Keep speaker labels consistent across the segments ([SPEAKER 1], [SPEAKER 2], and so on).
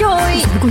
[SPEAKER 1] còn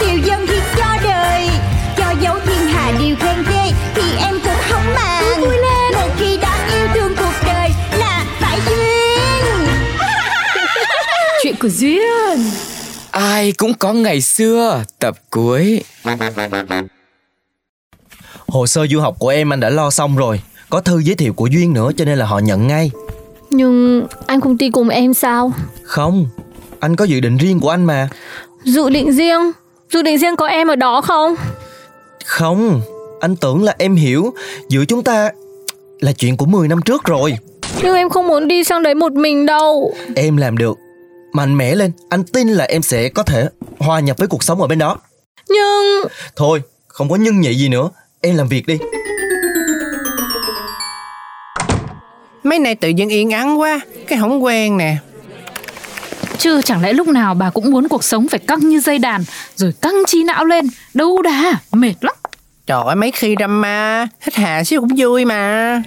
[SPEAKER 2] Điều dân thì cho đời Cho dấu thiên hà điều khen ghê Thì em cũng không màng
[SPEAKER 1] vui lên.
[SPEAKER 2] Một khi đã yêu thương cuộc đời Là phải duyên
[SPEAKER 1] Chuyện của duyên
[SPEAKER 3] Ai cũng có ngày xưa tập cuối
[SPEAKER 4] Hồ sơ du học của em anh đã lo xong rồi Có thư giới thiệu của Duyên nữa cho nên là họ nhận ngay
[SPEAKER 5] Nhưng anh không đi cùng em sao?
[SPEAKER 4] Không Anh có dự định riêng của anh mà
[SPEAKER 5] Dự định riêng? Dự định riêng có em ở đó không?
[SPEAKER 4] Không Anh tưởng là em hiểu Giữa chúng ta là chuyện của 10 năm trước rồi
[SPEAKER 5] Nhưng em không muốn đi sang đấy một mình đâu
[SPEAKER 4] Em làm được Mạnh mẽ lên Anh tin là em sẽ có thể hòa nhập với cuộc sống ở bên đó
[SPEAKER 5] Nhưng
[SPEAKER 4] Thôi không có nhân nhị gì nữa Em làm việc đi
[SPEAKER 6] Mấy nay tự nhiên yên ắng quá Cái không quen nè
[SPEAKER 7] Chứ chẳng lẽ lúc nào bà cũng muốn cuộc sống phải căng như dây đàn Rồi căng trí não lên Đâu đã mệt lắm
[SPEAKER 6] Trời ơi mấy khi drama Hít hà xíu cũng vui mà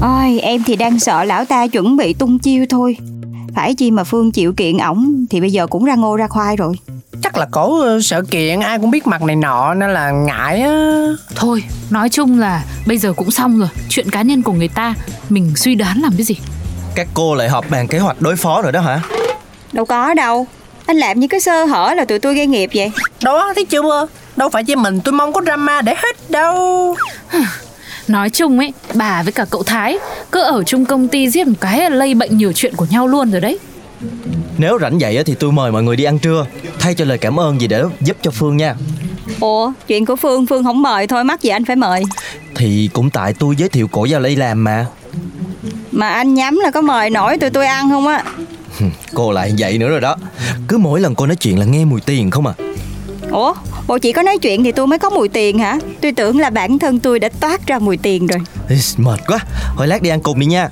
[SPEAKER 2] Ôi, em thì đang sợ lão ta chuẩn bị tung chiêu thôi Phải chi mà Phương chịu kiện ổng Thì bây giờ cũng ra ngô ra khoai rồi
[SPEAKER 6] Chắc là cổ ờ, sợ kiện ai cũng biết mặt này nọ Nên là ngại á
[SPEAKER 7] Thôi nói chung là bây giờ cũng xong rồi Chuyện cá nhân của người ta Mình suy đoán làm cái gì
[SPEAKER 4] Các cô lại họp bàn kế hoạch đối phó rồi đó hả
[SPEAKER 2] Đâu có đâu Anh làm như cái sơ hở là tụi tôi gây nghiệp vậy
[SPEAKER 6] Đó thấy chưa Đâu phải chỉ mình tôi mong có drama để hết đâu
[SPEAKER 7] Nói chung ấy Bà với cả cậu Thái Cứ ở chung công ty giết một cái là lây bệnh nhiều chuyện của nhau luôn rồi đấy
[SPEAKER 4] Nếu rảnh vậy á thì tôi mời mọi người đi ăn trưa Thay cho lời cảm ơn gì để giúp cho Phương nha
[SPEAKER 2] Ủa, chuyện của Phương, Phương không mời thôi Mắc gì anh phải mời
[SPEAKER 4] Thì cũng tại tôi giới thiệu cổ vào đây làm mà
[SPEAKER 2] Mà anh nhắm là có mời nổi tụi tôi ăn không á
[SPEAKER 4] Cô lại vậy nữa rồi đó Cứ mỗi lần cô nói chuyện là nghe mùi tiền không à
[SPEAKER 2] Ủa, bộ chỉ có nói chuyện thì tôi mới có mùi tiền hả Tôi tưởng là bản thân tôi đã toát ra mùi tiền rồi
[SPEAKER 4] Ý, Mệt quá Hồi lát đi ăn cùng đi nha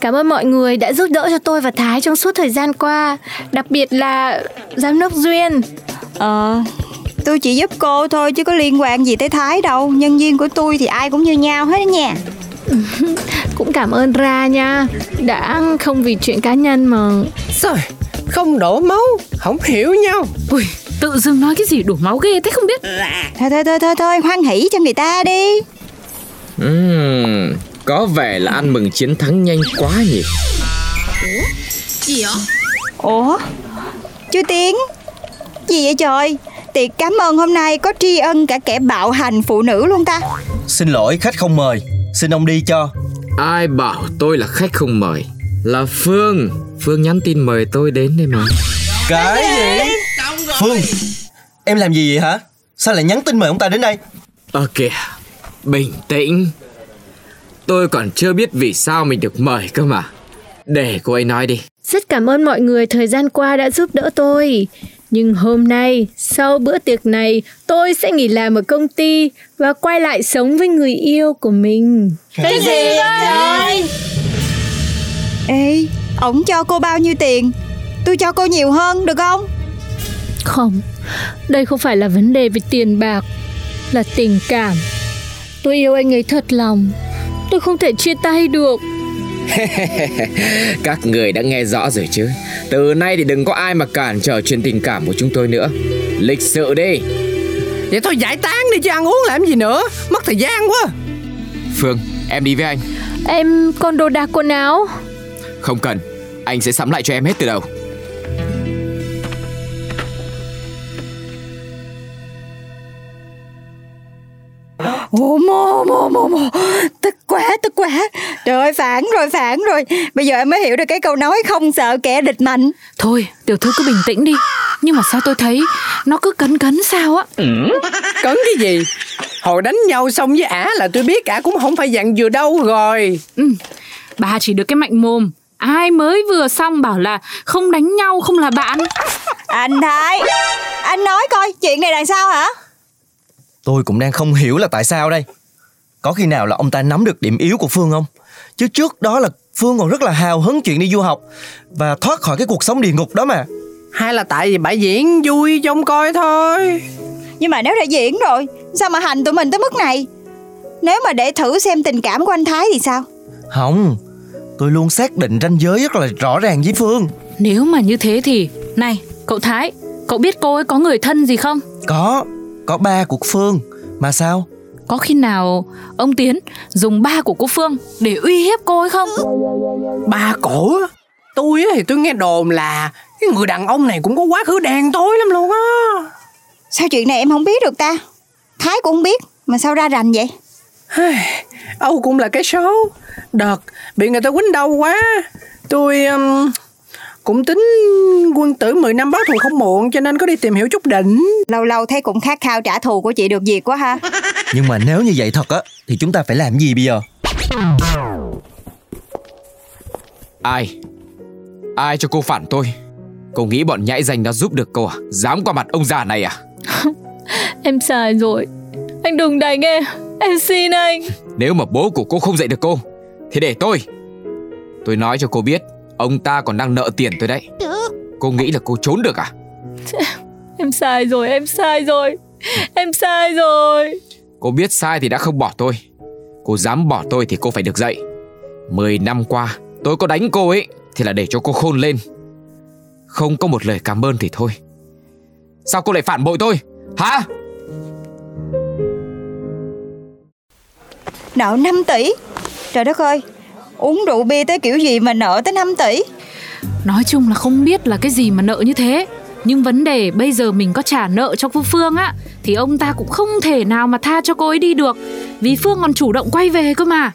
[SPEAKER 5] cảm ơn mọi người đã giúp đỡ cho tôi và Thái trong suốt thời gian qua Đặc biệt là giám đốc Duyên
[SPEAKER 2] Ờ, tôi chỉ giúp cô thôi chứ có liên quan gì tới Thái đâu Nhân viên của tôi thì ai cũng như nhau hết á nha
[SPEAKER 5] Cũng cảm ơn Ra nha Đã không vì chuyện cá nhân mà
[SPEAKER 6] Rồi không đổ máu Không hiểu nhau
[SPEAKER 7] Ui tự dưng nói cái gì đổ máu ghê thế không biết
[SPEAKER 2] Thôi thôi thôi thôi, thôi hoan hỷ cho người ta đi
[SPEAKER 3] Ừm, Có vẻ là ăn mừng chiến thắng nhanh quá nhỉ
[SPEAKER 2] Ủa Chú Tiến Gì vậy trời Tiệc cảm ơn hôm nay có tri ân cả kẻ bạo hành phụ nữ luôn ta
[SPEAKER 4] Xin lỗi khách không mời Xin ông đi cho
[SPEAKER 3] Ai bảo tôi là khách không mời Là Phương Phương nhắn tin mời tôi đến đây mà
[SPEAKER 4] Cái gì Phương Em làm gì vậy hả Sao lại nhắn tin mời ông ta đến đây
[SPEAKER 3] Ờ kìa Bình tĩnh Tôi còn chưa biết vì sao mình được mời cơ mà Để cô ấy nói đi
[SPEAKER 5] Rất cảm ơn mọi người thời gian qua đã giúp đỡ tôi Nhưng hôm nay sau bữa tiệc này tôi sẽ nghỉ làm ở công ty Và quay lại sống với người yêu của mình Cái gì vậy?
[SPEAKER 2] Ê Ổng cho cô bao nhiêu tiền Tôi cho cô nhiều hơn được không
[SPEAKER 5] Không, đây không phải là vấn đề về tiền bạc Là tình cảm Tôi yêu anh ấy thật lòng Tôi không thể chia tay được
[SPEAKER 3] Các người đã nghe rõ rồi chứ Từ nay thì đừng có ai mà cản trở chuyện tình cảm của chúng tôi nữa Lịch sự đi
[SPEAKER 6] Vậy thôi giải tán đi chứ ăn uống làm gì nữa Mất thời gian quá
[SPEAKER 3] Phương em đi với anh
[SPEAKER 5] Em còn đồ đạc quần áo
[SPEAKER 3] Không cần Anh sẽ sắm lại cho em hết từ đầu
[SPEAKER 8] Ô mô mô mô mô Tức quá tức quá Trời ơi phản rồi phản rồi Bây giờ em mới hiểu được cái câu nói không sợ kẻ địch mạnh
[SPEAKER 7] Thôi tiểu thư cứ bình tĩnh đi Nhưng mà sao tôi thấy Nó cứ cấn cấn sao á
[SPEAKER 6] Cấn cái gì Hồi đánh nhau xong với ả là tôi biết ả cũng không phải dặn vừa đâu rồi
[SPEAKER 7] ừ. Bà chỉ được cái mạnh mồm Ai mới vừa xong bảo là Không đánh nhau không là bạn
[SPEAKER 8] Anh Thái Anh nói coi chuyện này là sao hả
[SPEAKER 4] Tôi cũng đang không hiểu là tại sao đây. Có khi nào là ông ta nắm được điểm yếu của Phương không? Chứ trước đó là Phương còn rất là hào hứng chuyện đi du học và thoát khỏi cái cuộc sống địa ngục đó mà.
[SPEAKER 6] Hay là tại vì bả diễn vui cho ông coi thôi
[SPEAKER 8] Nhưng mà nếu đã diễn rồi Sao mà hành tụi mình tới mức này Nếu mà để thử xem tình cảm của anh Thái thì sao
[SPEAKER 4] Không, tôi luôn xác định ranh giới rất là rõ ràng với Phương.
[SPEAKER 7] Nếu mà như thế thì Này cậu Thái Cậu biết cô ấy có người thân gì không
[SPEAKER 4] Có, có ba của Phương. Mà sao?
[SPEAKER 7] Có khi nào ông Tiến dùng ba của cô Phương để uy hiếp cô ấy không?
[SPEAKER 6] Ba cổ á Tôi á thì tôi nghe đồn là Cái người đàn ông này cũng có quá khứ đen tối lắm luôn á
[SPEAKER 8] Sao chuyện này em không biết được ta Thái cũng không biết Mà sao ra rành vậy
[SPEAKER 6] Âu cũng là cái số Đợt bị người ta quýnh đau quá Tôi um, cũng tính quân tử 10 năm báo thù không muộn Cho nên có đi tìm hiểu chút đỉnh
[SPEAKER 8] Lâu lâu thấy cũng khát khao trả thù của chị được việc quá ha
[SPEAKER 4] Nhưng mà nếu như vậy thật á thì chúng ta phải làm gì bây giờ?
[SPEAKER 3] Ai? Ai cho cô phản tôi? Cô nghĩ bọn nhãi danh đã giúp được cô à? Dám qua mặt ông già này à?
[SPEAKER 9] Em sai rồi Anh đừng đánh em Em xin anh
[SPEAKER 3] Nếu mà bố của cô không dạy được cô Thì để tôi Tôi nói cho cô biết Ông ta còn đang nợ tiền tôi đấy Cô nghĩ là cô trốn được à?
[SPEAKER 9] Em sai rồi Em sai rồi Em sai rồi
[SPEAKER 3] Cô biết sai thì đã không bỏ tôi Cô dám bỏ tôi thì cô phải được dạy Mười năm qua tôi có đánh cô ấy Thì là để cho cô khôn lên Không có một lời cảm ơn thì thôi Sao cô lại phản bội tôi Hả
[SPEAKER 8] Nợ 5 tỷ Trời đất ơi Uống rượu bia tới kiểu gì mà nợ tới 5 tỷ
[SPEAKER 7] Nói chung là không biết là cái gì mà nợ như thế Nhưng vấn đề bây giờ mình có trả nợ cho cô Phương á Thì ông ta cũng không thể nào mà tha cho cô ấy đi được Vì Phương còn chủ động quay về cơ mà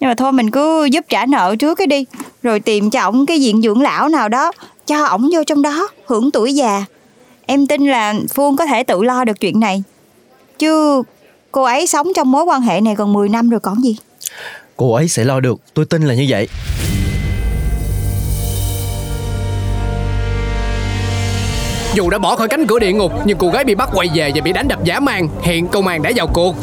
[SPEAKER 8] Nhưng mà thôi mình cứ giúp trả nợ trước cái đi Rồi tìm cho ổng cái diện dưỡng lão nào đó Cho ổng vô trong đó Hưởng tuổi già Em tin là Phương có thể tự lo được chuyện này Chứ cô ấy sống trong mối quan hệ này gần 10 năm rồi còn gì
[SPEAKER 4] Cô ấy sẽ lo được, tôi tin là như vậy.
[SPEAKER 6] Dù đã bỏ khỏi cánh cửa địa ngục Nhưng cô gái bị bắt quay về và bị đánh đập dã man Hiện công an đã vào cuộc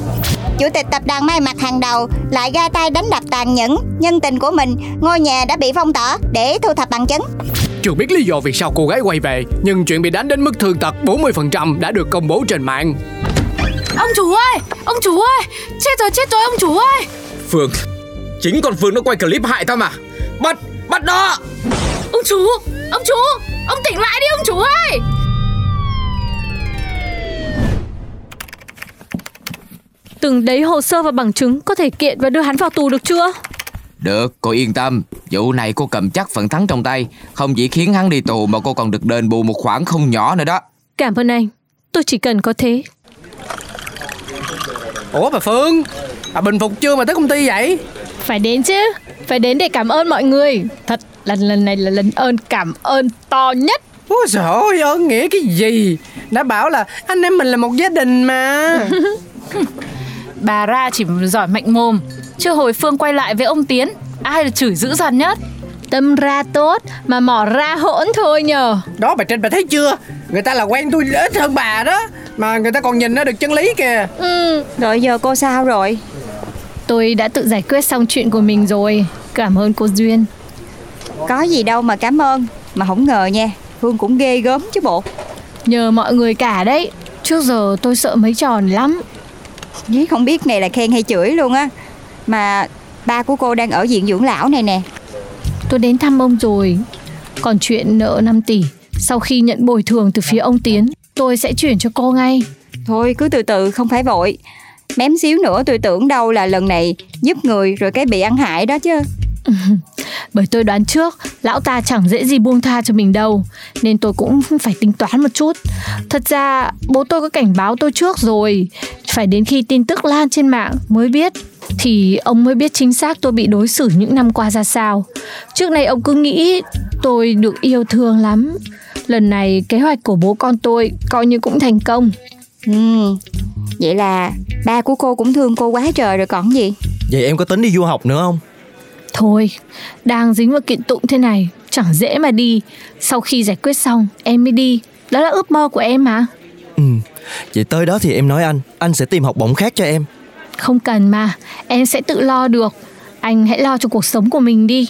[SPEAKER 8] Chủ tịch tập đoàn may mặc hàng đầu Lại ra tay đánh đập tàn nhẫn Nhân tình của mình Ngôi nhà đã bị phong tỏa Để thu thập bằng chứng
[SPEAKER 6] Chưa biết lý do vì sao cô gái quay về Nhưng chuyện bị đánh đến mức thương tật 40% đã được công bố trên mạng
[SPEAKER 7] Ông chủ ơi, ông chủ ơi Chết rồi, chết rồi ông chủ ơi
[SPEAKER 3] Phương Chính con Phương nó quay clip hại ta mà Bắt, bắt nó
[SPEAKER 7] Ông chủ, ông chủ Ông tỉnh lại đi ông chủ ơi
[SPEAKER 9] Từng đấy hồ sơ và bằng chứng Có thể kiện và đưa hắn vào tù được chưa
[SPEAKER 3] Được, cô yên tâm Vụ này cô cầm chắc phần thắng trong tay Không chỉ khiến hắn đi tù mà cô còn được đền bù một khoản không nhỏ nữa đó
[SPEAKER 9] Cảm ơn anh Tôi chỉ cần có thế
[SPEAKER 6] Ủa bà Phương Bà bình phục chưa mà tới công ty vậy
[SPEAKER 5] Phải đến chứ Phải đến để cảm ơn mọi người Thật lần lần này là lần ơn cảm ơn to nhất
[SPEAKER 6] Ôi trời ơi, ơn nghĩa cái gì Đã bảo là anh em mình là một gia đình mà
[SPEAKER 7] Bà ra chỉ giỏi mạnh mồm Chưa hồi Phương quay lại với ông Tiến Ai là chửi dữ dằn nhất
[SPEAKER 5] Tâm ra tốt mà mỏ ra hỗn thôi nhờ
[SPEAKER 6] Đó bà Trinh bà thấy chưa Người ta là quen tôi ít hơn bà đó Mà người ta còn nhìn ra được chân lý kìa
[SPEAKER 5] ừ,
[SPEAKER 8] Rồi giờ cô sao rồi
[SPEAKER 5] Tôi đã tự giải quyết xong chuyện của mình rồi Cảm ơn cô Duyên
[SPEAKER 8] Có gì đâu mà cảm ơn Mà không ngờ nha Phương cũng ghê gớm chứ bộ
[SPEAKER 5] Nhờ mọi người cả đấy Trước giờ tôi sợ mấy tròn lắm
[SPEAKER 8] Nghĩ không biết này là khen hay chửi luôn á Mà ba của cô đang ở diện dưỡng lão này nè
[SPEAKER 5] Tôi đến thăm ông rồi Còn chuyện nợ 5 tỷ Sau khi nhận bồi thường từ phía ông Tiến Tôi sẽ chuyển cho cô ngay
[SPEAKER 8] Thôi cứ từ từ không phải vội Mém xíu nữa tôi tưởng đâu là lần này Giúp người rồi cái bị ăn hại đó chứ
[SPEAKER 5] Bởi tôi đoán trước, lão ta chẳng dễ gì buông tha cho mình đâu, nên tôi cũng phải tính toán một chút. Thật ra, bố tôi có cảnh báo tôi trước rồi, phải đến khi tin tức lan trên mạng mới biết thì ông mới biết chính xác tôi bị đối xử những năm qua ra sao. Trước này ông cứ nghĩ tôi được yêu thương lắm. Lần này kế hoạch của bố con tôi coi như cũng thành công.
[SPEAKER 8] Ừ. Vậy là ba của cô cũng thương cô quá trời rồi còn gì
[SPEAKER 4] Vậy em có tính đi du học nữa không?
[SPEAKER 5] Thôi, đang dính vào kiện tụng thế này, chẳng dễ mà đi. Sau khi giải quyết xong, em mới đi. Đó là ước mơ của em mà.
[SPEAKER 4] Ừ. Vậy tới đó thì em nói anh, anh sẽ tìm học bổng khác cho em.
[SPEAKER 5] Không cần mà, em sẽ tự lo được. Anh hãy lo cho cuộc sống của mình đi.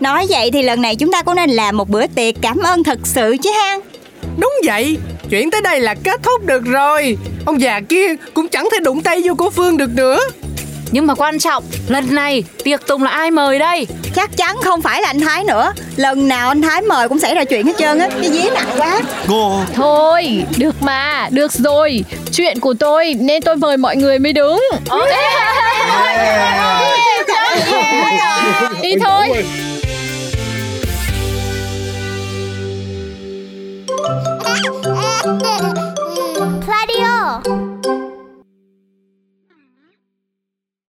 [SPEAKER 8] Nói vậy thì lần này chúng ta cũng nên làm một bữa tiệc cảm ơn thật sự chứ ha
[SPEAKER 6] Đúng vậy, chuyện tới đây là kết thúc được rồi Ông già kia cũng chẳng thể đụng tay vô cô Phương được nữa
[SPEAKER 7] Nhưng mà quan trọng, lần này tiệc tùng là ai mời đây?
[SPEAKER 8] Chắc chắn không phải là anh Thái nữa Lần nào anh Thái mời cũng xảy ra chuyện hết trơn á Cái dí nặng quá
[SPEAKER 4] Cô
[SPEAKER 5] Thôi, được mà, được rồi. Chuyện của tôi nên tôi mời mọi người mới đúng.